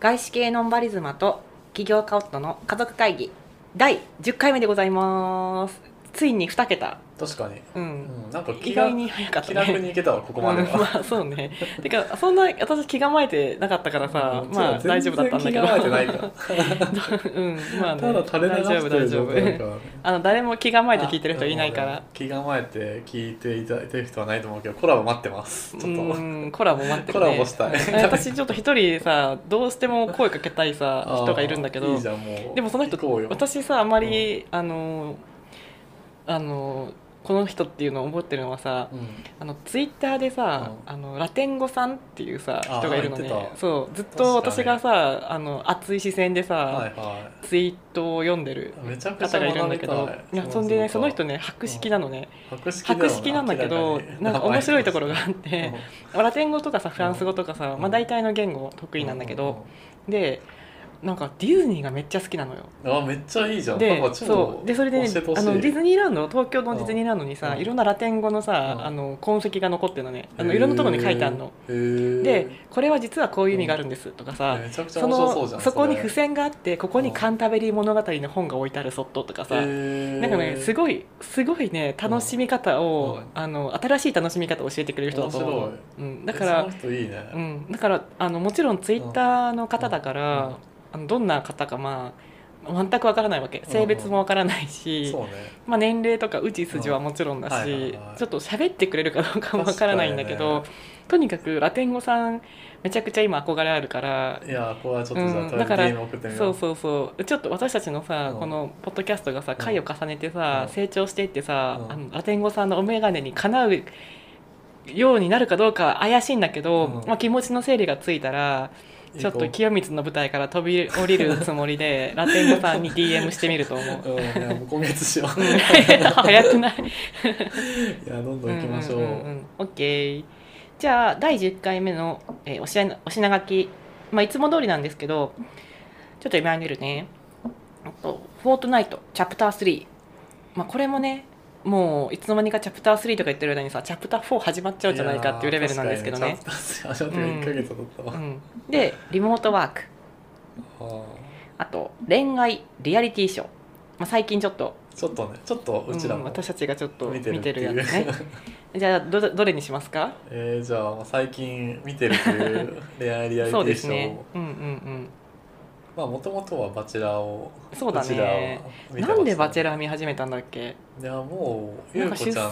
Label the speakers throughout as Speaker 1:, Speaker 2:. Speaker 1: 外資系ノンバリズマと企業家夫の家族会議第10回目でございますついに2桁
Speaker 2: 確かに、
Speaker 1: う
Speaker 2: うんん、なんか気
Speaker 1: 意
Speaker 2: が
Speaker 1: 外に早かっ
Speaker 2: 気
Speaker 1: た
Speaker 2: 楽
Speaker 1: ね
Speaker 2: にいけたわここまで
Speaker 1: うん
Speaker 2: は、
Speaker 1: まあそうねてかそんな私気構えてなかったからさ
Speaker 2: うん
Speaker 1: まあ
Speaker 2: 全
Speaker 1: 大丈
Speaker 2: 然
Speaker 1: 夫だったんだけど
Speaker 2: 気が合えてない から
Speaker 1: うんまあね
Speaker 2: ただ垂れ流
Speaker 1: 大丈夫
Speaker 2: して
Speaker 1: 大
Speaker 2: る
Speaker 1: 丈
Speaker 2: 状態だか
Speaker 1: 夫
Speaker 2: らね
Speaker 1: あの誰も気構えて聞いてる人いないか
Speaker 2: あ
Speaker 1: ら
Speaker 2: 気構えて聞いていただいてる人はないと思うけどコラボ待ってますちょっと、
Speaker 1: うんコラボ待ってる、ね、
Speaker 2: コラボしたい
Speaker 1: うん 私ちょっと一人さどうしても声かけたいさ
Speaker 2: あー
Speaker 1: 人がいるんだけど
Speaker 2: いいじゃんもう
Speaker 1: でもその人
Speaker 2: 行こうよ
Speaker 1: 私さあまり、あのあのこの人っていうのを覚えてるのはさ
Speaker 2: うん
Speaker 1: あのツイッターでさ、
Speaker 2: う
Speaker 1: あのラテン語さんっていうさ
Speaker 2: あー
Speaker 1: 人がいるの
Speaker 2: 言っ
Speaker 1: ね
Speaker 2: てた
Speaker 1: そうずっと私がさあの熱い視線でさ、
Speaker 2: はいは
Speaker 1: ツイートを読んでる
Speaker 2: いめちゃくち
Speaker 1: 方
Speaker 2: ゃ
Speaker 1: がいる
Speaker 2: 学
Speaker 1: んだ
Speaker 2: び
Speaker 1: け
Speaker 2: た
Speaker 1: どいやそんでねその人ね博識なのね
Speaker 2: 博識だよ
Speaker 1: 博識なんだけど
Speaker 2: 明らかに
Speaker 1: なんか面白いところがあって
Speaker 2: うん
Speaker 1: まあラテン語とかさフランス語とかさ、
Speaker 2: うん
Speaker 1: まあ、大体の言語得意なんだけど、でなんかディズニーがめっちゃ好きなのよ
Speaker 2: うんうんあめっちゃいいじゃん
Speaker 1: で
Speaker 2: パパちょっと
Speaker 1: そうでそれでね
Speaker 2: 教えてほし
Speaker 1: あ
Speaker 2: い
Speaker 1: のディズニーランド東京のディズニーランドにさ、
Speaker 2: うん
Speaker 1: いろんなラテン語のさ、
Speaker 2: うん
Speaker 1: あの痕跡が残ってるのねあの
Speaker 2: へー
Speaker 1: いろんなところに書いてあるの、
Speaker 2: へー
Speaker 1: でこれは実はこういう意味があるんですとかさ、
Speaker 2: めちゃくちゃ
Speaker 1: そ
Speaker 2: 面白そう
Speaker 1: の
Speaker 2: じ
Speaker 1: そ
Speaker 2: ゃん
Speaker 1: こに
Speaker 2: れ
Speaker 1: 付箋があってここに
Speaker 2: うん
Speaker 1: カンタベリー物語の本が置いてあるそっととかさ、
Speaker 2: へー
Speaker 1: なんかねすごいすごいね楽しみ方を、
Speaker 2: うん
Speaker 1: あの新しい楽しみ方を教えてくれる人だと思う
Speaker 2: 面、
Speaker 1: うん、だから
Speaker 2: えその人いいね、
Speaker 1: うん、だからあのもちろんツイッターの方だから、
Speaker 2: うんうん
Speaker 1: あのどんな方かまあ全くわからないわけ
Speaker 2: うん
Speaker 1: 性別もわからないし、
Speaker 2: そうね
Speaker 1: まあ、年齢とかうち筋はもちろんだし、
Speaker 2: うんはいはいはい
Speaker 1: ちょっと喋ってくれるかどうかもわからないんだけど、
Speaker 2: 確
Speaker 1: とにかくラテン語さんめちゃくちゃ今憧れあるから
Speaker 2: いやこれはちょっとじゃあ、
Speaker 1: うん
Speaker 2: とりあえず
Speaker 1: だから
Speaker 2: DM 送ってみよ
Speaker 1: そうそうそうちょっと私たちのさ、
Speaker 2: うん
Speaker 1: このポッドキャストがさ回を重ねてさ、
Speaker 2: うん
Speaker 1: 成長していってさ、
Speaker 2: うん
Speaker 1: あのラテン語さんのお眼鏡にかなうようになるかどうか怪しいんだけど、
Speaker 2: うん
Speaker 1: まあ、気持ちの整理がついたら
Speaker 2: いい
Speaker 1: ちょっと
Speaker 2: こ
Speaker 1: 清光の舞台から飛び降りるつもりで ラテン語さんに DM してみると思う
Speaker 2: う。うんいやもう今月しよ う
Speaker 1: 早くない
Speaker 2: いやどんどん行きましょう,、
Speaker 1: んんんん OK じゃあ第10回目の、えーおしなお品書き、まあ、いつも通りなんですけどちょっと読み上げるねえっと「フォートナイトチャプター3」まあ、これもねもういつの間にかチャプター3とか言ってる間にさチャプター4始まっちゃうんじゃないかっていうレベルなんですけどね
Speaker 2: いやー確かにねちょっと1ヶ月経ったわ、
Speaker 1: うん、でリモートワーク
Speaker 2: あ
Speaker 1: あと恋愛リアリティショー、まあ、最近ちょっと
Speaker 2: ーちょっとねちょっとうちら
Speaker 1: うん
Speaker 2: も
Speaker 1: 私たちがちょっと見
Speaker 2: 見てるってて
Speaker 1: る
Speaker 2: い
Speaker 1: や
Speaker 2: う
Speaker 1: つね じゃあどどれにしますか
Speaker 2: えー、じゃあ最近見てるという恋愛リアリテ
Speaker 1: そう
Speaker 2: ィ
Speaker 1: で
Speaker 2: シ
Speaker 1: す
Speaker 2: ョー
Speaker 1: ね。うんうん
Speaker 2: まあもともとはバチェラーを
Speaker 1: そうだね
Speaker 2: ちらは
Speaker 1: う
Speaker 2: 見てま
Speaker 1: ん。
Speaker 2: した
Speaker 1: なんでバチェラー見始めたんだっけ？
Speaker 2: いやもう
Speaker 1: な
Speaker 2: 優
Speaker 1: んか
Speaker 2: 子
Speaker 1: 出
Speaker 2: ちゃん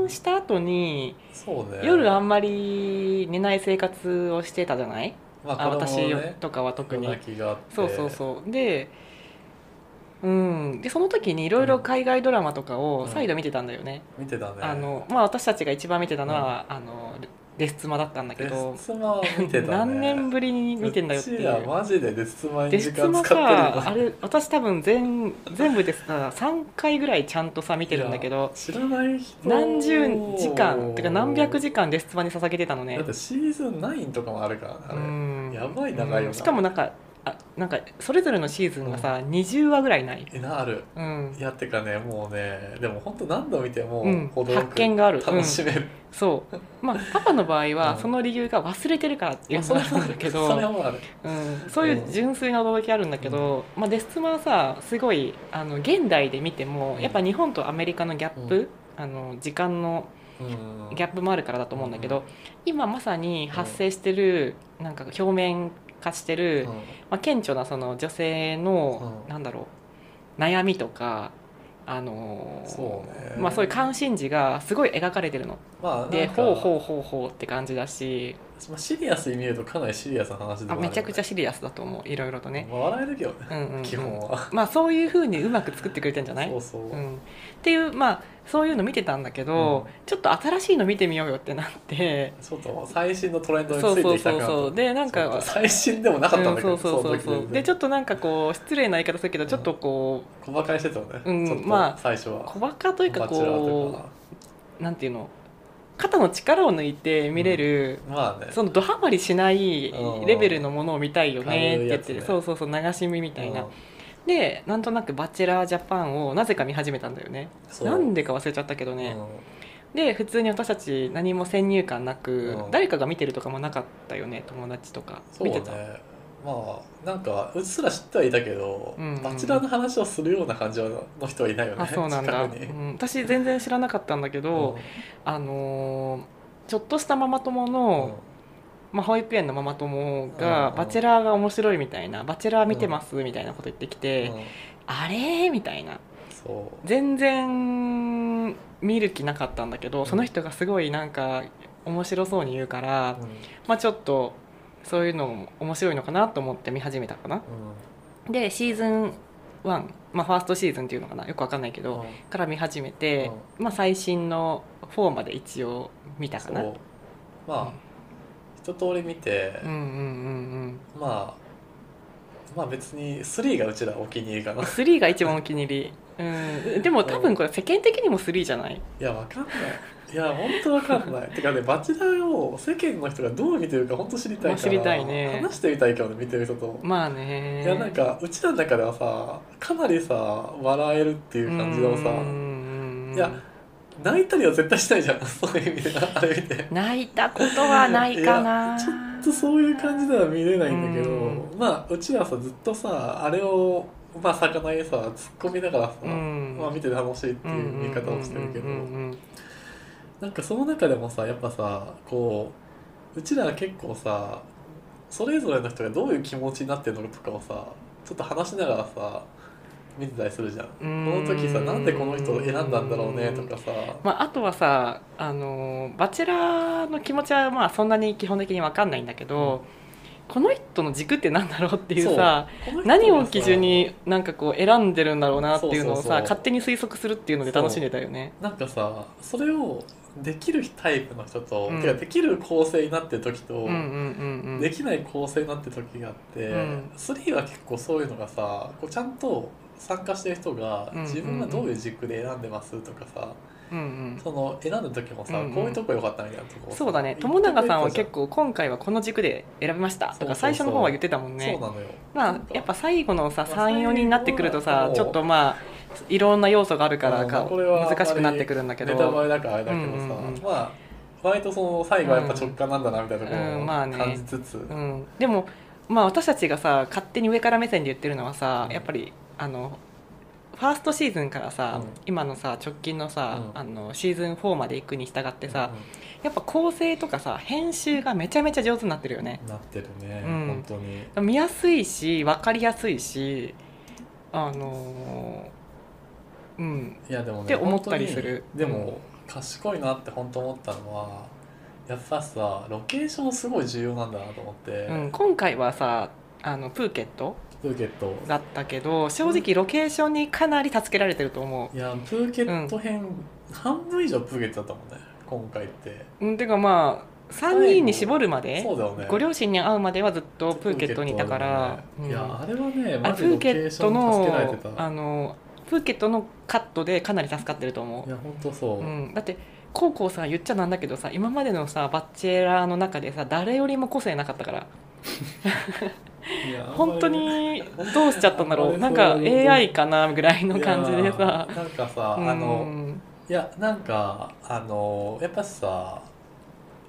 Speaker 1: 産した後に
Speaker 2: そうね
Speaker 1: 夜あんまり寝ない生活をしてたじゃない？
Speaker 2: ま
Speaker 1: あ、
Speaker 2: 子供
Speaker 1: 私
Speaker 2: の
Speaker 1: よ
Speaker 2: ね
Speaker 1: とかは特に
Speaker 2: 夜。泣きがあって
Speaker 1: そうそうそう。で、うん。でその時にいろいろ海外ドラマとかを再度見てたんだよね。
Speaker 2: 見てたね
Speaker 1: あのまあ私たちが一番見てたのは、あのレスツマだったんだけ
Speaker 2: デ
Speaker 1: ど、
Speaker 2: スツマは見てたね
Speaker 1: 何年ぶ
Speaker 2: り
Speaker 1: りに見てんだよっていう。
Speaker 2: マジでデスツマに
Speaker 1: デ
Speaker 2: 時
Speaker 1: ス
Speaker 2: 間
Speaker 1: マ
Speaker 2: 使ってる
Speaker 1: さあれ私多分全全部でさ3回ぐらいちゃんとさ見てるんだけど
Speaker 2: 知らない人
Speaker 1: 何十時間てか何百時間デスマに捧げてたのね
Speaker 2: だってシーズン9とかもあるからねあ
Speaker 1: う
Speaker 2: れ、
Speaker 1: ん
Speaker 2: やばい長いよな
Speaker 1: うんしかもなんかあなんかそれぞれのシーズンがさ、20話ぐらいない、
Speaker 2: えなある
Speaker 1: うん
Speaker 2: い、やってかねもうねでも本当何度見ても
Speaker 1: うん
Speaker 2: 程よく
Speaker 1: 発見があるうん
Speaker 2: 楽しめる、
Speaker 1: そうまあパパの場合は
Speaker 2: うん
Speaker 1: その理由が忘れてるからっていうの
Speaker 2: それ
Speaker 1: があ
Speaker 2: は
Speaker 1: るんだけど
Speaker 2: それはもうある
Speaker 1: うん、そういう純粋な驚きあるんだけど、まあ、デスマはさすごいあの現代で見てもやっぱ日本とアメリカのギャップ、
Speaker 2: うん
Speaker 1: あの時間の
Speaker 2: うん
Speaker 1: ギャップもあるからだと思うんだけど、
Speaker 2: うん
Speaker 1: 今まさに発生してる、なんか表面化してる、
Speaker 2: うん
Speaker 1: まあ、顕著なその女性の、
Speaker 2: うん
Speaker 1: なんだろう悩みとか、あのー
Speaker 2: そうね
Speaker 1: まあ、そういう関心事がすごい描かれてるの
Speaker 2: まあ
Speaker 1: で
Speaker 2: なんか
Speaker 1: ほうほうほうほうって感じだし
Speaker 2: まあシリアスに見るとかなりシリアスな話で
Speaker 1: あ
Speaker 2: もあるよ
Speaker 1: め
Speaker 2: ね
Speaker 1: ちゃくちゃシリアスだと思ういろいろとね、
Speaker 2: まあ笑えるけどね、
Speaker 1: うんうんうん
Speaker 2: 基本は
Speaker 1: まあそういうふうにうまく作ってくれてんじゃない
Speaker 2: そうそう、
Speaker 1: うん、っていうまあそういうの見てたんだけど、ちょっと新しいの見てみようよってなって
Speaker 2: ちょっと最新のトレンドにつ
Speaker 1: そうそ
Speaker 2: いて
Speaker 1: う
Speaker 2: いきた
Speaker 1: そ
Speaker 2: く
Speaker 1: う
Speaker 2: な
Speaker 1: そうでなん
Speaker 2: ちょっ
Speaker 1: か
Speaker 2: と最新でもなかったんだけど、
Speaker 1: うん、そうそうそうそうでちょ
Speaker 2: っ
Speaker 1: っとなんかこう失礼な言い方するけどちょっとこう
Speaker 2: と小馬鹿にしてたよね、
Speaker 1: うん
Speaker 2: ちょっと
Speaker 1: まあ
Speaker 2: 最初は
Speaker 1: 小バカというか
Speaker 2: バチェラーという
Speaker 1: こ
Speaker 2: か
Speaker 1: うなんていうの肩の力を抜いて見れる、
Speaker 2: まあね
Speaker 1: そのドハマりしない
Speaker 2: うん
Speaker 1: レベルのものを見たいよねって言って、
Speaker 2: 軽いやつね
Speaker 1: そうそうそう流し見みたいな、
Speaker 2: うん
Speaker 1: でなんとなく「バチェラージャパン」をなぜか見始めたんだよね
Speaker 2: そう
Speaker 1: なんでか忘れちゃったけどね、で普通に私たち何も先入観なく、
Speaker 2: うん
Speaker 1: 誰かが見てるとかもなかったよね友達とか
Speaker 2: うん、
Speaker 1: 見
Speaker 2: そ
Speaker 1: てた
Speaker 2: うねまあなんかうっすら知ってはいたけど、
Speaker 1: うんうん
Speaker 2: バチェラーの話をするような感じの人はいないよね
Speaker 1: あそうなんだ、う
Speaker 2: 近くに、
Speaker 1: ん、私全然知らなかったんだけ
Speaker 2: う
Speaker 1: ど、
Speaker 2: ん
Speaker 1: あのーちょっとしたママ友
Speaker 2: うん
Speaker 1: の、まあ、保育園のママ友
Speaker 2: うん
Speaker 1: が
Speaker 2: う
Speaker 1: 「
Speaker 2: ん
Speaker 1: バチェラーが面白い」みたいな「バチェラー見てます」みたいなこと言ってきて
Speaker 2: うん
Speaker 1: 「あれ?」みたいな
Speaker 2: そ
Speaker 1: 全然見る気なかったんだけどその人がすごいなんか面白そうに言うから
Speaker 2: う、うん
Speaker 1: まあちょっとそういうのも面白いのかなと思って見始めたかなでシーズン1、まあ、ファーストシーズンっていうのかなよくわかんないけ
Speaker 2: う
Speaker 1: ど、
Speaker 2: ん
Speaker 1: から見始めて、まあ、最新の4まで一応見たかな
Speaker 2: そうまあ一通り見て、
Speaker 1: うんうんうん
Speaker 2: まあまあ別に3がうちらお気に入りか
Speaker 1: うん
Speaker 2: な い
Speaker 1: 3が一番お気に入り、うん、でも多分これ世間的にも3じゃない
Speaker 2: やわかんないいや本当わかんないてかねバチェラーを世間の人がどう見てるか本当知りたいから、
Speaker 1: まあ知りたいね
Speaker 2: 話してみたいけどね見てる人と、
Speaker 1: まあね
Speaker 2: いやなんかうちらの中ではさかなりさ笑えるっていう感じのさ、
Speaker 1: うんうんうん
Speaker 2: いや泣いたりは絶対したいじゃん そういう意味であれ見てち
Speaker 1: 泣いたことはないかな
Speaker 2: ちょょっとそういう感じでは見れないんだけど、
Speaker 1: う
Speaker 2: まあうちらさずっとさあれをまあ魚にさ突っ込みながらさ、
Speaker 1: うん
Speaker 2: まあ、見て楽しいっていう見方をしてるけど
Speaker 1: うんうんうん
Speaker 2: なんかその中でもさやっぱさこううちらは結構さそれぞれの人がどういう気持ちになってるのかとかをさちょっと話しながらさ見てたりするじゃん。こ
Speaker 1: うん
Speaker 2: の時さなんでこの人を選んだんだろうねとかさ、
Speaker 1: まあ、あとはさあのーバチェラーの気持ちはまあそんなに基本的に分かんないんだけど、この人の軸ってなんだろうっていうさ
Speaker 2: この人がさ
Speaker 1: 何を基準になんかこう選んでるんだろうなっていうのをさ
Speaker 2: そうそうそう
Speaker 1: 勝手に推測するっていうので楽しんでたよね。
Speaker 2: なんかさそれをできるタイプの人と、
Speaker 1: うん
Speaker 2: てかできる構成になってる時と、
Speaker 1: うんうんうんうん
Speaker 2: できない構成になってる時があって、
Speaker 1: うん
Speaker 2: 3は結構そういうのがさこうちゃんと参加してる人が
Speaker 1: うんうんうん
Speaker 2: 自分がどういう軸で選んでますとかさ、
Speaker 1: うん
Speaker 2: その選んだ時もさ、
Speaker 1: うんうん
Speaker 2: こういうとこ良かったみたいなと
Speaker 1: う
Speaker 2: こ
Speaker 1: ん、そうだね友永さんは結
Speaker 2: 構
Speaker 1: 構今回はこの軸で選びました
Speaker 2: そ
Speaker 1: と
Speaker 2: うそうそ
Speaker 1: か最
Speaker 2: う
Speaker 1: 初の方は言ってたもんね。
Speaker 2: そうなのよ
Speaker 1: まあ、やっぱ最後のさ
Speaker 2: まあ
Speaker 1: 34人になってくると
Speaker 2: 最後
Speaker 1: さ
Speaker 2: は
Speaker 1: ちょっとまあいろんな要素があるから
Speaker 2: う
Speaker 1: か
Speaker 2: んこれはあんまり
Speaker 1: 難しくなってくるんだけど
Speaker 2: ネタバレだからあれだけどさ、
Speaker 1: うんうんうん
Speaker 2: まあ割とその最後はやっぱ直感なんだなみたいなとこ
Speaker 1: うんまあ
Speaker 2: ろ
Speaker 1: ね
Speaker 2: を感じつつ、
Speaker 1: うん、でも、まあ、私たちがさ勝手に上から目線で言ってるのはさ、
Speaker 2: うん
Speaker 1: やっぱりあのファーストシーズンからさ、
Speaker 2: うん
Speaker 1: 今のさ直近のさ、
Speaker 2: うん
Speaker 1: あのシーズン4まで行くに従ってさ、
Speaker 2: うん
Speaker 1: やっぱ構成とかさ編集がめちゃめちゃ上手になってるよね
Speaker 2: なってるね、
Speaker 1: うん
Speaker 2: 本当に
Speaker 1: 見やすいし分かりやすいしあのーうん
Speaker 2: いやでもね
Speaker 1: って思ったりする
Speaker 2: 本当にでも賢いなって本当思ったのはやっぱさロケーションすごい重要なんだなと思って、
Speaker 1: うん、今回はさあのプーケット
Speaker 2: プーケット
Speaker 1: だったけど正直ロケーションにかなり助けられてると思う
Speaker 2: いやプーケット編、半分以上プーケットだったもんね今回って
Speaker 1: うん、てかまあ3人に絞るまで
Speaker 2: そうだよね
Speaker 1: ご両親に会うまではずっとプーケットにいたから、
Speaker 2: プー
Speaker 1: うん
Speaker 2: ケットだよねいやあれはね
Speaker 1: あれ
Speaker 2: マ
Speaker 1: プ
Speaker 2: ジで
Speaker 1: ー
Speaker 2: ロ
Speaker 1: ケ
Speaker 2: ケー
Speaker 1: ッ
Speaker 2: ショ
Speaker 1: ト
Speaker 2: ンに助けられて
Speaker 1: の
Speaker 2: たい
Speaker 1: あ
Speaker 2: や
Speaker 1: のプーケットのカットでかなり助かってると思、
Speaker 2: 本当そうう、
Speaker 1: うん、だってコウコウさん言っちゃなんだけどさ今までのさバチェラーの中でさ誰よりも個性なかったから
Speaker 2: いや
Speaker 1: 本当にどうしちゃったんだろう
Speaker 2: あ
Speaker 1: なんん
Speaker 2: ま
Speaker 1: か
Speaker 2: りそう
Speaker 1: AI かなぐらい
Speaker 2: あんま
Speaker 1: の
Speaker 2: り
Speaker 1: 感じでさ
Speaker 2: いやなんかさ、あ
Speaker 1: う
Speaker 2: の
Speaker 1: ん
Speaker 2: いやなんかあのやっぱさ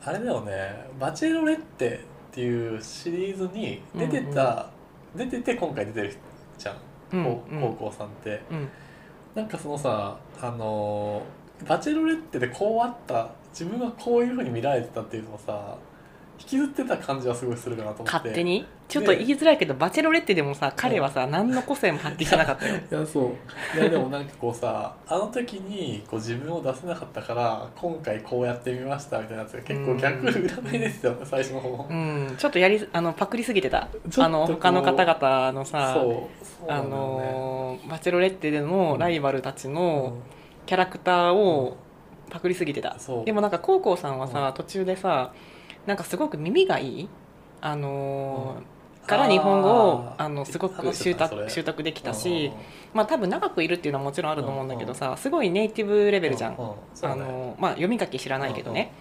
Speaker 2: あれだよね「バチェロレッテ」っていうシリーズに出てた、出てて今回出てるじゃん
Speaker 1: うん
Speaker 2: 高
Speaker 1: うん
Speaker 2: 高校さんって、
Speaker 1: うん
Speaker 2: なんかそのさあのバチェロレッテでこうあった自分はこういうふうに見られてたっていうのをさ引きずってた感じはすごいするかなと思って
Speaker 1: 勝手にちょっと言いづらいけどバチェロレッテでもさ彼はさ何の個性も発揮してなかったよ
Speaker 2: いやそういやでもなんかこうさあの時にこう自分を出せなかったから今回こうやってみましたみたいなやつが結構逆裏目ですよね最初の方
Speaker 1: うん、ちょっとやりあのパクりすぎてた
Speaker 2: ちょっと
Speaker 1: あの他の方々のさ
Speaker 2: そうそう
Speaker 1: あ
Speaker 2: なんだよ
Speaker 1: のバチェロレッテで
Speaker 2: う
Speaker 1: の
Speaker 2: ん
Speaker 1: ライバルたち
Speaker 2: ね
Speaker 1: のキャラクターをパクりすぎてた、
Speaker 2: そう
Speaker 1: でもなんかコウコウさんはさ、
Speaker 2: う
Speaker 1: 途中でさなんかすごく耳がいいあの
Speaker 2: うん
Speaker 1: から日本語を
Speaker 2: あー
Speaker 1: あのすご
Speaker 2: 話
Speaker 1: く
Speaker 2: して
Speaker 1: 習
Speaker 2: たそれ
Speaker 1: 得習得できた
Speaker 2: うんうん
Speaker 1: し、まあ、多分長くいるっていうのはもちろんあると思うんだけどさすごいネイティブレベルじゃん
Speaker 2: ううそう
Speaker 1: あ
Speaker 2: だね
Speaker 1: のまあ、読み書き知らないけどね、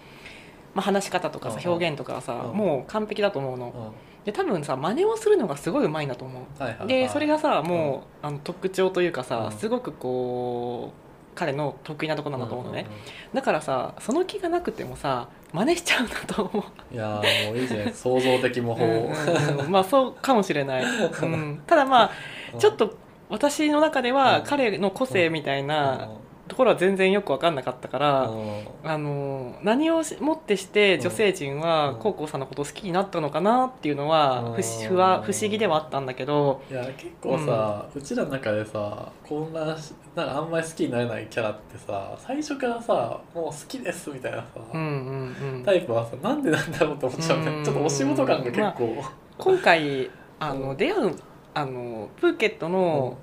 Speaker 1: まあ、話し方とかさ
Speaker 2: うんうん
Speaker 1: 表現とかはさ、
Speaker 2: うん
Speaker 1: もう完璧だと思う
Speaker 2: う
Speaker 1: の
Speaker 2: んは
Speaker 1: で多分さ真似をするのがすごいうまいんだと思
Speaker 2: いはい
Speaker 1: う
Speaker 2: はい
Speaker 1: でそれがさもう、あの特徴というかさ、
Speaker 2: うん
Speaker 1: すごくこ彼の得意なとこなんだと思うのね、
Speaker 2: んん
Speaker 1: だからさその気がなくてもさ真似しちゃうんだと思う
Speaker 2: うんいやーもういいじゃない想像的模倣、
Speaker 1: うんうんうんまあそうかもしれない、うん、ただまあちょっと私の中で
Speaker 2: う
Speaker 1: は
Speaker 2: ん
Speaker 1: 彼の個性みたいな
Speaker 2: う
Speaker 1: ところは全然よく分かんなかったから、
Speaker 2: んうん
Speaker 1: あの何をしもってして女性陣
Speaker 2: う
Speaker 1: は
Speaker 2: ん
Speaker 1: 高校さんのこと好きになったのかなっていうのは不思不は不思議ではあったんだけど、
Speaker 2: いや結構さ、うちらの中でさ混乱しなんかあんまり好きになれないキャラってさ最初からさもう好きですみたいなさ、
Speaker 1: うんうんうん、
Speaker 2: タイプはさなんでなんだろうと思っちゃうね、
Speaker 1: うん
Speaker 2: ちょっとお仕事感が結構、
Speaker 1: 今回あの
Speaker 2: うん
Speaker 1: 出会うあのプーケットの,、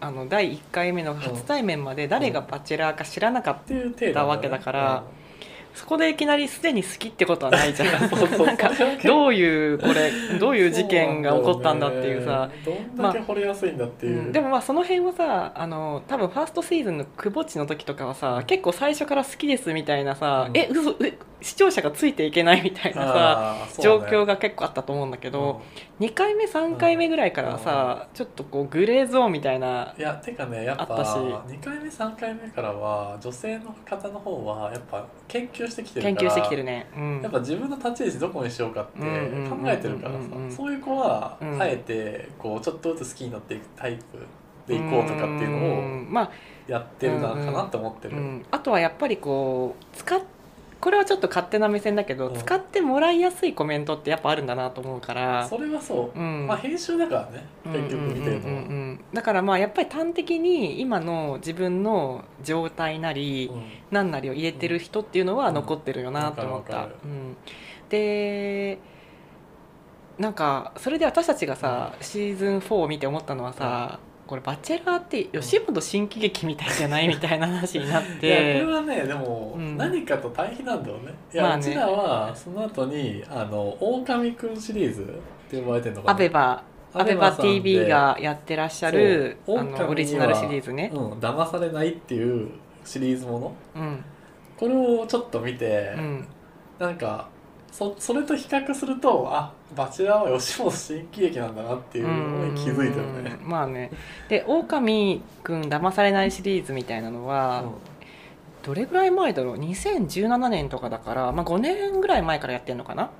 Speaker 1: あの第1回目の初対面まで誰がバチェラーか知らなかった
Speaker 2: っていう程度
Speaker 1: だわけだからそこでいきなりすでに好きってことはないじゃん
Speaker 2: そうそう
Speaker 1: なんか
Speaker 2: それは結構
Speaker 1: どういうこれどういう事件が起こったんだっていうさ
Speaker 2: そうなんだよねどんだけ掘れやすいんだって
Speaker 1: う
Speaker 2: いう、
Speaker 1: んでもまあその辺はさあの多分ファーストシーズンのくぼっちの時とかはさ結構最初から好きですみたいなさ、
Speaker 2: うん
Speaker 1: え嘘え視聴者がついていけないみたいなさ、
Speaker 2: あー
Speaker 1: 状
Speaker 2: そうね
Speaker 1: 況が結構あったと思うんだけど、2回目3回目ぐらいからはさ、ちょっとこうグレーゾーンみたいな
Speaker 2: うんいやてかねやっぱ
Speaker 1: あったし
Speaker 2: 2回目3回目からは女性の方の方はやっぱ研究してきて
Speaker 1: 研
Speaker 2: るから
Speaker 1: 究してきてるね、うん、
Speaker 2: やっぱ自分の立ち位置どこにしようかって考えてるから
Speaker 1: うんうんうんうんうん
Speaker 2: さそういう子は
Speaker 1: うん
Speaker 2: あえてこうちょっとずつ好きになっていくタイプでいこうとかっていうのを
Speaker 1: んまあ、
Speaker 2: やってるなかなって思って
Speaker 1: う
Speaker 2: る、
Speaker 1: ん、あとはやっぱりこう使っこれはちょっと勝手な目線だけど、
Speaker 2: うん
Speaker 1: 使ってもらいやすいコメントってやっぱあるんだなと思うから
Speaker 2: それはそ
Speaker 1: う
Speaker 2: う、
Speaker 1: ん
Speaker 2: まあ編集だからね結局見てる
Speaker 1: うんう
Speaker 2: のは
Speaker 1: んうんうんだからまあやっぱり端的に今の自分の状態なり、
Speaker 2: うん
Speaker 1: 何なりを入れてる人っていうのは
Speaker 2: うん
Speaker 1: 残ってるよなと思っ
Speaker 2: わ
Speaker 1: た
Speaker 2: かるわか。
Speaker 1: うん、でなんかそれで私たちがさシーズン4を見て思ったのはさ、これ「バチェラー」って吉本新喜劇みたいじゃないみたいな話になっ
Speaker 2: いやこれ
Speaker 1: て。
Speaker 2: はねでも
Speaker 1: うん
Speaker 2: 何かと対比なんだよね、い
Speaker 1: ま
Speaker 2: や
Speaker 1: あ
Speaker 2: う
Speaker 1: ね
Speaker 2: ちらはその後にあの狼くんシリーズって呼ばれてるのかな
Speaker 1: アベバアベバ
Speaker 2: さんで
Speaker 1: TV がやってらっしゃるあ
Speaker 2: そうオオカミに
Speaker 1: の
Speaker 2: は
Speaker 1: オリジナルシリーズね
Speaker 2: う、ん騙されないっていうシリーズもの
Speaker 1: うん
Speaker 2: これをちょっと見て、
Speaker 1: うん、
Speaker 2: なんかそそれと比較するとあバチェラーは吉本新喜劇なんだなっていうのに気づいたよね。
Speaker 1: うんまあねで「オオカミくん騙されない」シリーズみたいなのは、どれぐらい前だろう2017年とかだから、まあ、5年ぐらい前からやってんのかな、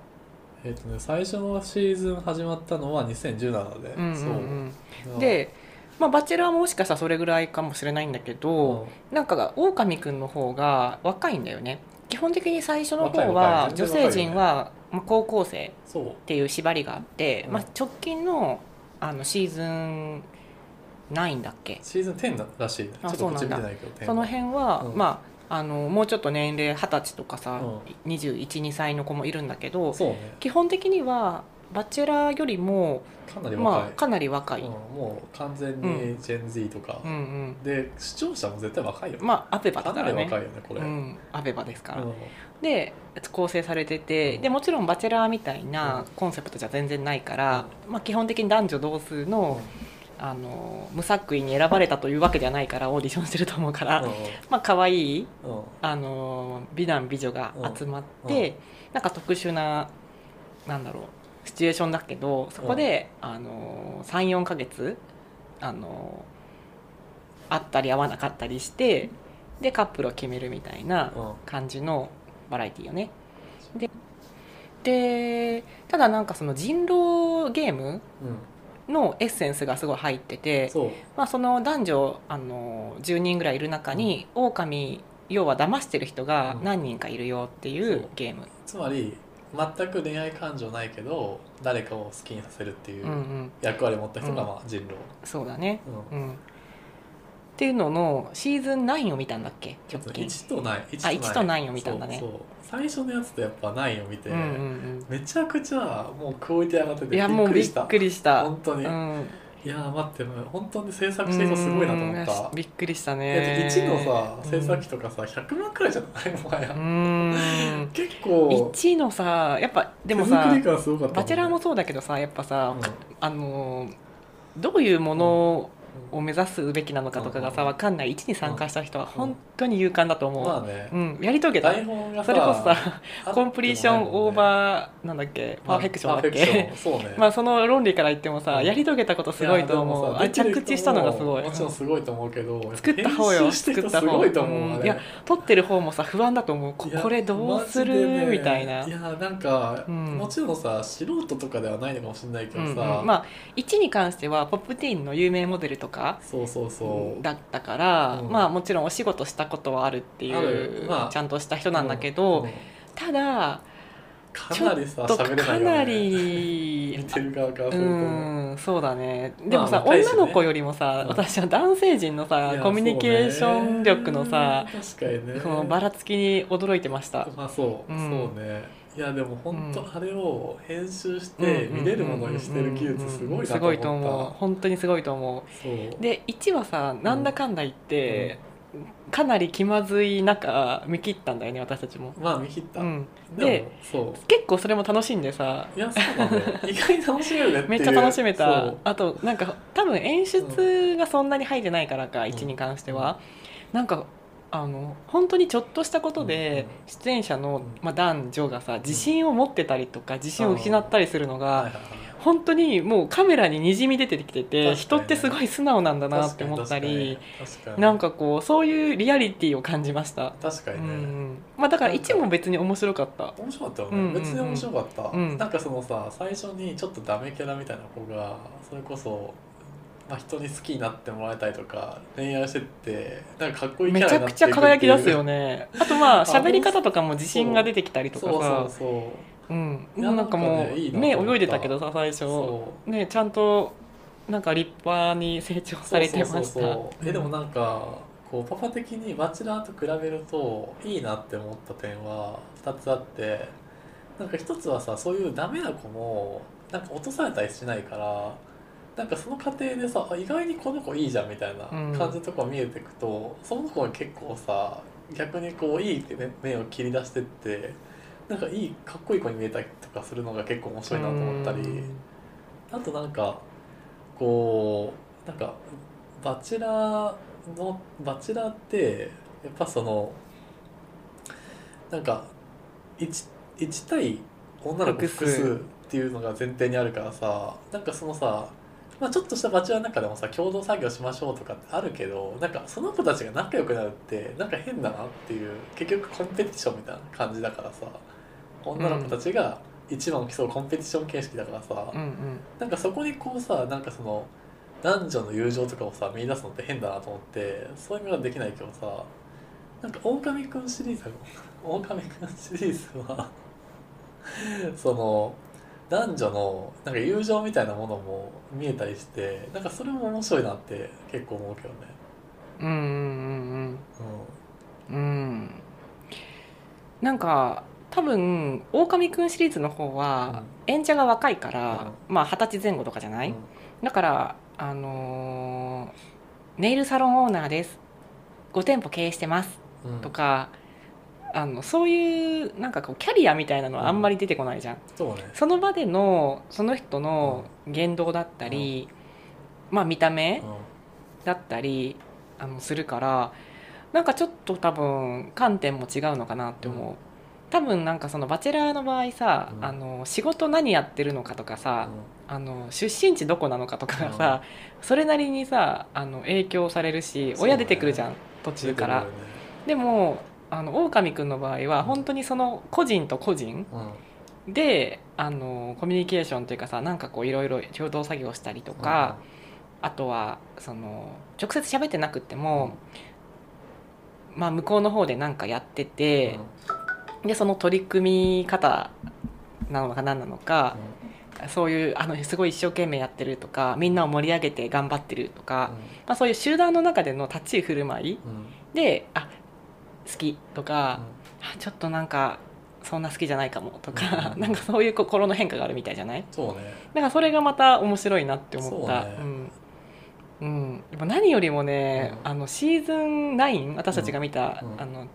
Speaker 2: えっ、とね最初のシーズン始まったのは2017で、
Speaker 1: うんうん、
Speaker 2: そううん
Speaker 1: で、まあ、バチェラーもしかしたらそれぐらいかもしれないんだけど、なんかオオカミくんの方が若いんだよね基本的に最初の方
Speaker 2: 若い
Speaker 1: は
Speaker 2: 若い
Speaker 1: 女
Speaker 2: 全然
Speaker 1: 性
Speaker 2: 若いよね
Speaker 1: 陣はまあ高校生
Speaker 2: そう
Speaker 1: っていう縛りがあって、
Speaker 2: うん
Speaker 1: まあ、直近のあのシーズン9だっけ
Speaker 2: シーズン10らしいねちょ
Speaker 1: あ
Speaker 2: っとこっち見てないけど10
Speaker 1: その辺は、
Speaker 2: うん
Speaker 1: まあ、あのもうちょっと年齢二十歳とかさ、
Speaker 2: う
Speaker 1: 212歳の子もいるんだけど
Speaker 2: そうね
Speaker 1: 基本的にはバチェラーよりも、
Speaker 2: かなり若い、
Speaker 1: まあ、かなり若い、
Speaker 2: うん
Speaker 1: うん
Speaker 2: もう完全にジェン Z とか、
Speaker 1: うん
Speaker 2: で視聴者も絶対若いよね、
Speaker 1: まあアベバだ
Speaker 2: か
Speaker 1: か
Speaker 2: な
Speaker 1: ら
Speaker 2: り
Speaker 1: ね
Speaker 2: 若いよねこれ、
Speaker 1: うん、アベバですから、
Speaker 2: うん
Speaker 1: で構成されてて、
Speaker 2: うん
Speaker 1: でもちろんバチェラーみたいなコンセプトじゃ全然ないから、まあ、基本的に男女同数の,、あの無作為に選ばれたというわけではないからオーディションしてると思うから、まあ可愛い
Speaker 2: うんうん
Speaker 1: あの美男美女が集まって、
Speaker 2: うん
Speaker 1: なんか特殊ななんだろうシチュエーションだけどそこで、あの34ヶ月あの会ったり会わなかったりしてでカップルを決めるみたいな
Speaker 2: うん
Speaker 1: 感じのバラエティよね。ででただなんかその人狼ゲーム
Speaker 2: う
Speaker 1: のエッセンスがすごい入ってて
Speaker 2: ん、そう
Speaker 1: まあ、その男女あの10人ぐらいいる中に、狼要は騙してる人が何人かいるよってい
Speaker 2: そうう
Speaker 1: ゲーム、
Speaker 2: つまり全く恋愛感情ないけど誰かを好きにさせるってい
Speaker 1: うんうん
Speaker 2: う役割を持った人が
Speaker 1: うん
Speaker 2: まあ人狼、
Speaker 1: そうだね、
Speaker 2: う
Speaker 1: うんん、っていうののシーズン9を見たんだっけ
Speaker 2: ちょ
Speaker 1: 直
Speaker 2: っと
Speaker 1: 近、
Speaker 2: 1とない
Speaker 1: あ一とない
Speaker 2: を
Speaker 1: を見たんだね
Speaker 2: そうそう最初のやつとやっぱないを見て、
Speaker 1: うんうん
Speaker 2: めちゃくちゃもうクオリティ上がって
Speaker 1: う
Speaker 2: て
Speaker 1: ん、いやもうびっくりした
Speaker 2: 本当に、
Speaker 1: うん
Speaker 2: いやー待ってもう本当に制作してる人すごいなと思った、
Speaker 1: うんびっくりした
Speaker 2: だって
Speaker 1: ね
Speaker 2: 1のさ制作費とかさ100万くらいじゃないもはや、
Speaker 1: うん
Speaker 2: 結構
Speaker 1: 1のさやっぱでも
Speaker 2: 手作
Speaker 1: さ
Speaker 2: り感すごかったもんね
Speaker 1: バチェラーもそうだけどさやっぱさ、
Speaker 2: うん
Speaker 1: あのーどういうものを目指すべきなのかとかがさ
Speaker 2: うん
Speaker 1: 分かんない1に参加した人は本当に勇敢だと思う、
Speaker 2: まあね
Speaker 1: う、ん、やり遂げた
Speaker 2: 台本が
Speaker 1: そ
Speaker 2: さ
Speaker 1: れこそさ
Speaker 2: あってもないもんね
Speaker 1: コンプリーションオーバーなんだっけパーフェクションだっ
Speaker 2: パーフェ
Speaker 1: け
Speaker 2: クションそうね
Speaker 1: まあその論理から言ってもさ
Speaker 2: うん
Speaker 1: やり遂げたことすごいと思う
Speaker 2: や
Speaker 1: あ
Speaker 2: でもさ
Speaker 1: 着地したのがすごい
Speaker 2: もちろんすごいと思うけど
Speaker 1: 作った方よ
Speaker 2: 編集してる人すごいと思う、
Speaker 1: 作った方うん
Speaker 2: あれ
Speaker 1: いや撮ってる方もさ不安だと思うこ
Speaker 2: いや
Speaker 1: これどうす
Speaker 2: マジで
Speaker 1: る
Speaker 2: ね
Speaker 1: みたいない
Speaker 2: やなんか、
Speaker 1: うん
Speaker 2: もちろんさ素人とかではないのかもしれないけど
Speaker 1: うん
Speaker 2: さ、
Speaker 1: うんまあ1に関してはポップティーンの有名モデルとか
Speaker 2: そうそうそう
Speaker 1: だったから、
Speaker 2: うん
Speaker 1: まあもちろんお仕事したことはあるってい
Speaker 2: ある
Speaker 1: う、
Speaker 2: まあ
Speaker 1: ちゃんとした人なんだけど、
Speaker 2: うんうん
Speaker 1: ただ
Speaker 2: かなりさ
Speaker 1: と
Speaker 2: 喋れな
Speaker 1: か
Speaker 2: いよ、ね、
Speaker 1: な
Speaker 2: 見
Speaker 1: り
Speaker 2: てる側からす
Speaker 1: う
Speaker 2: ると、
Speaker 1: んそうだねでもさ、
Speaker 2: まあ若いしね
Speaker 1: 女の子よりもさ、
Speaker 2: うん
Speaker 1: 私は男性陣の
Speaker 2: い
Speaker 1: さ
Speaker 2: や
Speaker 1: コミュニケーション力のさ、
Speaker 2: そうね確かにね
Speaker 1: このばらつきに驚いてました
Speaker 2: まあそう、
Speaker 1: うん
Speaker 2: そうねいやでも本
Speaker 1: う
Speaker 2: 当
Speaker 1: ん
Speaker 2: あれを編集して見れるものにしてる技術すごいな
Speaker 1: す
Speaker 2: と
Speaker 1: ご
Speaker 2: 思っ
Speaker 1: いと思う
Speaker 2: た
Speaker 1: 本当にすごいと思
Speaker 2: そう
Speaker 1: うで1はさなんだかんだ言って、かなり気まずい中見切ったんだよね私たちも、
Speaker 2: まあ見切った、
Speaker 1: うん、
Speaker 2: で
Speaker 1: で
Speaker 2: もそ
Speaker 1: 結構それも楽しんでさ
Speaker 2: ういやそうなんだ よ意外に楽しめるねっていう
Speaker 1: めっちゃ楽しめ
Speaker 2: そ
Speaker 1: た
Speaker 2: う
Speaker 1: あとなんか多分演出がそんなに入ってないからか、
Speaker 2: ん
Speaker 1: 1に関しては、なんかあの本当にちょっとしたことで、出演者の、まあ、男女がさ自信を持ってたりとか自信を失ったりするのが、
Speaker 2: はいはいはい
Speaker 1: 本当にもうカメラににじみ出てきてて、
Speaker 2: 確かにね
Speaker 1: 人ってすごい素直なんだなって思ったり
Speaker 2: 確かに確かに
Speaker 1: なんかこうそういうリアリティを感じました、
Speaker 2: 確か
Speaker 1: う
Speaker 2: にね、
Speaker 1: んまあ、だから1も別に面白かった
Speaker 2: 面白かったよ
Speaker 1: うんうんう
Speaker 2: ね
Speaker 1: ん
Speaker 2: 別に面白かった、
Speaker 1: うん
Speaker 2: なんかそのさ最初にちょっとダメキャラみたいな子がそれこそ、まあ、人に好きになってもらいたいとか恋愛してってなんかかっこいいキ
Speaker 1: め
Speaker 2: ャ
Speaker 1: ちゃ
Speaker 2: ラにな
Speaker 1: く
Speaker 2: っ
Speaker 1: ち
Speaker 2: てい
Speaker 1: ゃ
Speaker 2: くっていう
Speaker 1: 輝き出すよ
Speaker 2: ね
Speaker 1: ねあとまあ
Speaker 2: あ
Speaker 1: 喋り方とかも自信が出てきたりと
Speaker 2: そ
Speaker 1: か
Speaker 2: うそう
Speaker 1: さ
Speaker 2: そう
Speaker 1: うん
Speaker 2: いや
Speaker 1: なんか
Speaker 2: なん
Speaker 1: も
Speaker 2: かねいいうな
Speaker 1: 目
Speaker 2: と思った
Speaker 1: 泳いでたけどさ最初
Speaker 2: そう
Speaker 1: ねちゃんとなんか立派に成長されてました
Speaker 2: そうえでもなんかこうパパ的にバチェラーと比べるといいなって思った点は2つあってなんか一つはさそういうダメな子もなんか落とされたりしないからなんかその過程でさあ意外にこの子いいじゃんみたいな
Speaker 1: うん
Speaker 2: 感じとか見えてくと、その子が結構さ逆にこういい目を切り出してってなんかいいかっこいい子に見えたりとかするのが結構面白いなと思ったり。
Speaker 1: うん
Speaker 2: あとなんかこうなんかバチェラーのバチェラーってやっぱそのなんか 1, 1対女の子
Speaker 1: 複数
Speaker 2: 複数っていうのが前提にあるからさなんかそのさまあ、ちょっとしたバチェラーの中でもさ共同作業しましょうとかってあるけどなんかその子たちが仲良くなるってなんか変だなっていう結局コンペティションみたいな感じだからさ女の子たちが一番を競うコンペティション形式だからさ、
Speaker 1: うんうん
Speaker 2: なんかそこにこうさなんかその男女の友情とかをさ見出すのって変だなと思ってそういうのはできないけどさなんか「狼くん」シリーズは「狼くん」シリーズはその男女のなんか友情みたいなものも見えたりしてなんかそれも面白いなって結構思うけどね。
Speaker 1: うんうんうんうん
Speaker 2: う
Speaker 1: うんなんか多分「オオカミくん」シリーズの方は、演者が若いから、まあ二十歳前後とかじゃない、
Speaker 2: うん
Speaker 1: だからあのーネイルサロンオーナーです5店舗経営してます」
Speaker 2: んうん
Speaker 1: とか、あのそういうなんかこうキャリアみたいなのはあんまり出てこないじゃん、
Speaker 2: そうね
Speaker 1: その場でのその人の言動だったり、まあ見た目、
Speaker 2: う
Speaker 1: だったりあのするからなんかちょっと多分観点も違うのかなって思う、
Speaker 2: う
Speaker 1: 多分なんかそのバチェラーの場合さ、
Speaker 2: うん
Speaker 1: あの仕事何やってるのかとかさ、
Speaker 2: ん
Speaker 1: あの出身地どこなのかとかがさ、それなりにさあの影響されるし
Speaker 2: そうね
Speaker 1: 親出てくるじゃん途中から。で
Speaker 2: 出て
Speaker 1: もあの狼くんの場合は本当にその個人と個人
Speaker 2: くるよね
Speaker 1: であのコミュニケーションというかさなんかこういろいろ共同作業したりと
Speaker 2: うん
Speaker 1: か、あとはその直接喋ってなくっても、まあ、向こうの方で何かやって
Speaker 2: うん
Speaker 1: て、でその取り組み方なのか何なのか、そういうあのすごい一生懸命やってるとかみんなを盛り上げて頑張ってるとか、まあ、そういう集団の中での立ち居振る舞い
Speaker 2: うんうん
Speaker 1: であ好きとか、
Speaker 2: うん
Speaker 1: あちょっとなんかそんな好きじゃないかもとか、
Speaker 2: う ん
Speaker 1: なんかそういう心の変化があるみたいじゃない
Speaker 2: そうね
Speaker 1: だからそれがまた面白いなって思った
Speaker 2: そうね
Speaker 1: うんうん、でも何よりもね、
Speaker 2: うん
Speaker 1: あのシーズン9私たちが見た、
Speaker 2: うん
Speaker 1: あの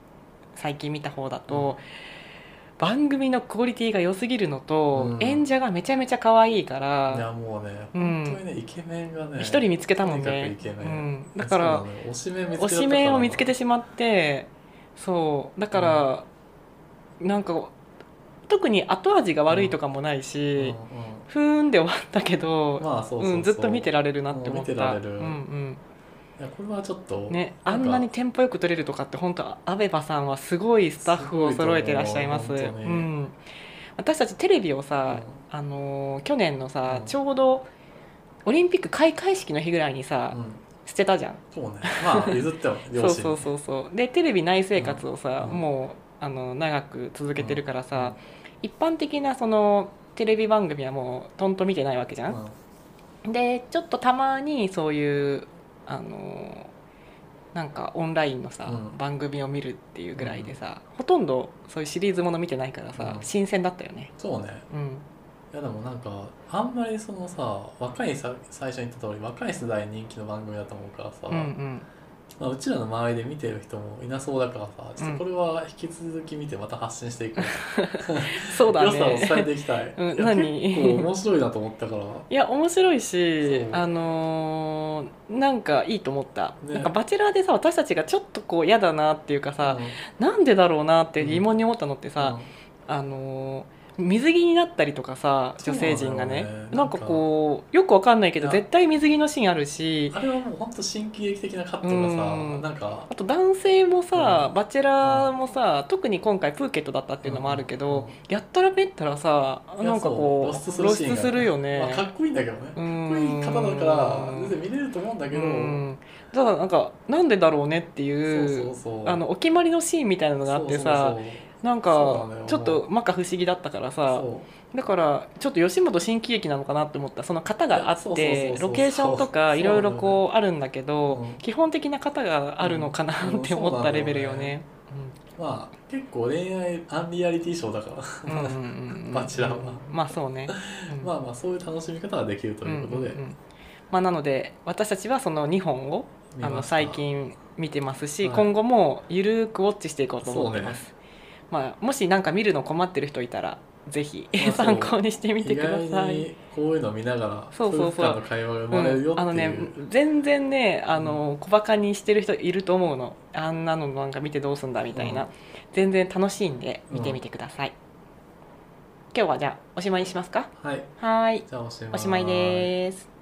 Speaker 1: 最近見た方だと、番組のクオリティが良すぎるのと、
Speaker 2: うん
Speaker 1: 演者がめちゃめちゃ可愛いか
Speaker 2: い
Speaker 1: ら
Speaker 2: やもうね、
Speaker 1: うん
Speaker 2: 本当にねイケメンがね
Speaker 1: 一人見つけたもん
Speaker 2: と
Speaker 1: ね
Speaker 2: にかくイケメ
Speaker 1: う
Speaker 2: ン、
Speaker 1: ん、だから
Speaker 2: そうなのよ推しメン見つけ
Speaker 1: 推しメンを見つけてしまってそうだから、なんか特に後味が悪いとかもない
Speaker 2: うん
Speaker 1: し、
Speaker 2: う
Speaker 1: ふーんで終わったけど、
Speaker 2: ん、まあそうそうそう、
Speaker 1: うん、ずっと見てられるなって思った
Speaker 2: うん見てられる
Speaker 1: うん
Speaker 2: いやこれはちょっ
Speaker 1: う
Speaker 2: と
Speaker 1: んね、あ
Speaker 2: なんか
Speaker 1: んなにテンポよく撮れるとかって本当アベバさんはすごいスタッフを揃えてらっしゃいます
Speaker 2: すごいと思う
Speaker 1: う
Speaker 2: 本当に
Speaker 1: ん、私たちテレビをさ、あのー去年のさ、
Speaker 2: うん
Speaker 1: ちょうどオリンピック開会式の日ぐらいにさ、
Speaker 2: うん、
Speaker 1: 捨てたじゃん
Speaker 2: そうねまあ譲っては
Speaker 1: そ
Speaker 2: 両
Speaker 1: う
Speaker 2: 親
Speaker 1: そうそうそうでテレビ内生活をさ、
Speaker 2: うん
Speaker 1: もうあの長く続けてるからさ、一般的なそのテレビ番組はもうとんと見てないわけじゃん、でちょっとたまにそういうあのなんかオンラインのさ、
Speaker 2: うん
Speaker 1: 番組を見るっていうぐらいでさ、ほとんどそういうシリーズもの見てないからさ、
Speaker 2: うん
Speaker 1: 新鮮だったよね
Speaker 2: そうね
Speaker 1: うん
Speaker 2: いやでもなんかあんまりそのさ若いさ最初に言った通り若い世代に人気の番組だと思うからさ、
Speaker 1: うんうん
Speaker 2: まあ、うちらの周りで見てる人もいなそうだからさちょっとこれは引き続き見てまた発信していく、
Speaker 1: そうだ
Speaker 2: 良さを伝え
Speaker 1: ね、
Speaker 2: ていきたい
Speaker 1: うん
Speaker 2: いや
Speaker 1: 何
Speaker 2: 結構面白いなと思ったから
Speaker 1: いや面白いし
Speaker 2: そう
Speaker 1: あのーなんかいいと思った、
Speaker 2: ね
Speaker 1: なんか「バチェラー」でさ私たちがちょっとこう嫌だなっていうかさ、
Speaker 2: うん
Speaker 1: なんでだろうなって疑問に思ったのってさ、
Speaker 2: う
Speaker 1: あのー水着になったりとかさ
Speaker 2: そ
Speaker 1: 女
Speaker 2: うなのよ
Speaker 1: 性
Speaker 2: ね
Speaker 1: 陣がね
Speaker 2: なんか
Speaker 1: なんかこうよくわかんないけど
Speaker 2: いや
Speaker 1: 絶対水着のシーンあるし
Speaker 2: んあれはもうほんと新喜劇的なカットがさ、
Speaker 1: うん
Speaker 2: なんか
Speaker 1: あと男性もさ、
Speaker 2: うん
Speaker 1: バチェラーもさ、特に今回プーケットだったっていうのもあるけど、やったらめったらさ
Speaker 2: いや
Speaker 1: なんかこ
Speaker 2: そう
Speaker 1: 露出
Speaker 2: シーンが
Speaker 1: するよね、
Speaker 2: まあ、かっこいいんだけどねかっこいい方だから全然見れると思うんだけど、
Speaker 1: うん、ただなんかなんでだろうねっていう
Speaker 2: そうそうそう
Speaker 1: あのお決まりのシーンみたいなのがあってさ
Speaker 2: そ
Speaker 1: な
Speaker 2: うそう
Speaker 1: ん
Speaker 2: そうなの
Speaker 1: か
Speaker 2: よ
Speaker 1: ちょっと摩訶不思議だったからさ
Speaker 2: そう
Speaker 1: だからちょっと吉本新喜劇なのかなって思ったその型があ
Speaker 2: そ
Speaker 1: っ
Speaker 2: うそうそう
Speaker 1: て
Speaker 2: そう
Speaker 1: ロケーションとか
Speaker 2: そう
Speaker 1: いろいろこうあるんだけど、
Speaker 2: うん
Speaker 1: 基本的な型があるのかな
Speaker 2: うん
Speaker 1: って 思ったレベルよね。
Speaker 2: そうまあ結構恋愛アンリアリティショーだから
Speaker 1: うんうんうんうん
Speaker 2: バチェラーは
Speaker 1: まあそうね、うん
Speaker 2: まあまあそういう楽しみ方はできるということで、
Speaker 1: んんんまあ、なので私たちはその2本を
Speaker 2: 見
Speaker 1: あ
Speaker 2: ました
Speaker 1: の最近見てますし、
Speaker 2: はい
Speaker 1: 今後もゆるーくウォッチしていこうと思ってます、
Speaker 2: そ
Speaker 1: まあ、もしなんか見るの困ってる人いたらぜひ
Speaker 2: まあそう
Speaker 1: 参考にしてみて
Speaker 2: 意
Speaker 1: くださ
Speaker 2: 外
Speaker 1: い。
Speaker 2: にこういうのを見ながら
Speaker 1: そうそうそう
Speaker 2: 夫婦間の会話が生
Speaker 1: う
Speaker 2: まれるよっ
Speaker 1: ん、
Speaker 2: てい
Speaker 1: あ
Speaker 2: う、
Speaker 1: のね全然ねあの小バカにしてる人いると思うのあんなのなんか見てどうすんだみたいな、
Speaker 2: うん
Speaker 1: 全然楽しいんで見てみてください、今日はじゃあおしまいにしますか
Speaker 2: はい
Speaker 1: はーい
Speaker 2: じゃあおしまい
Speaker 1: おしまいです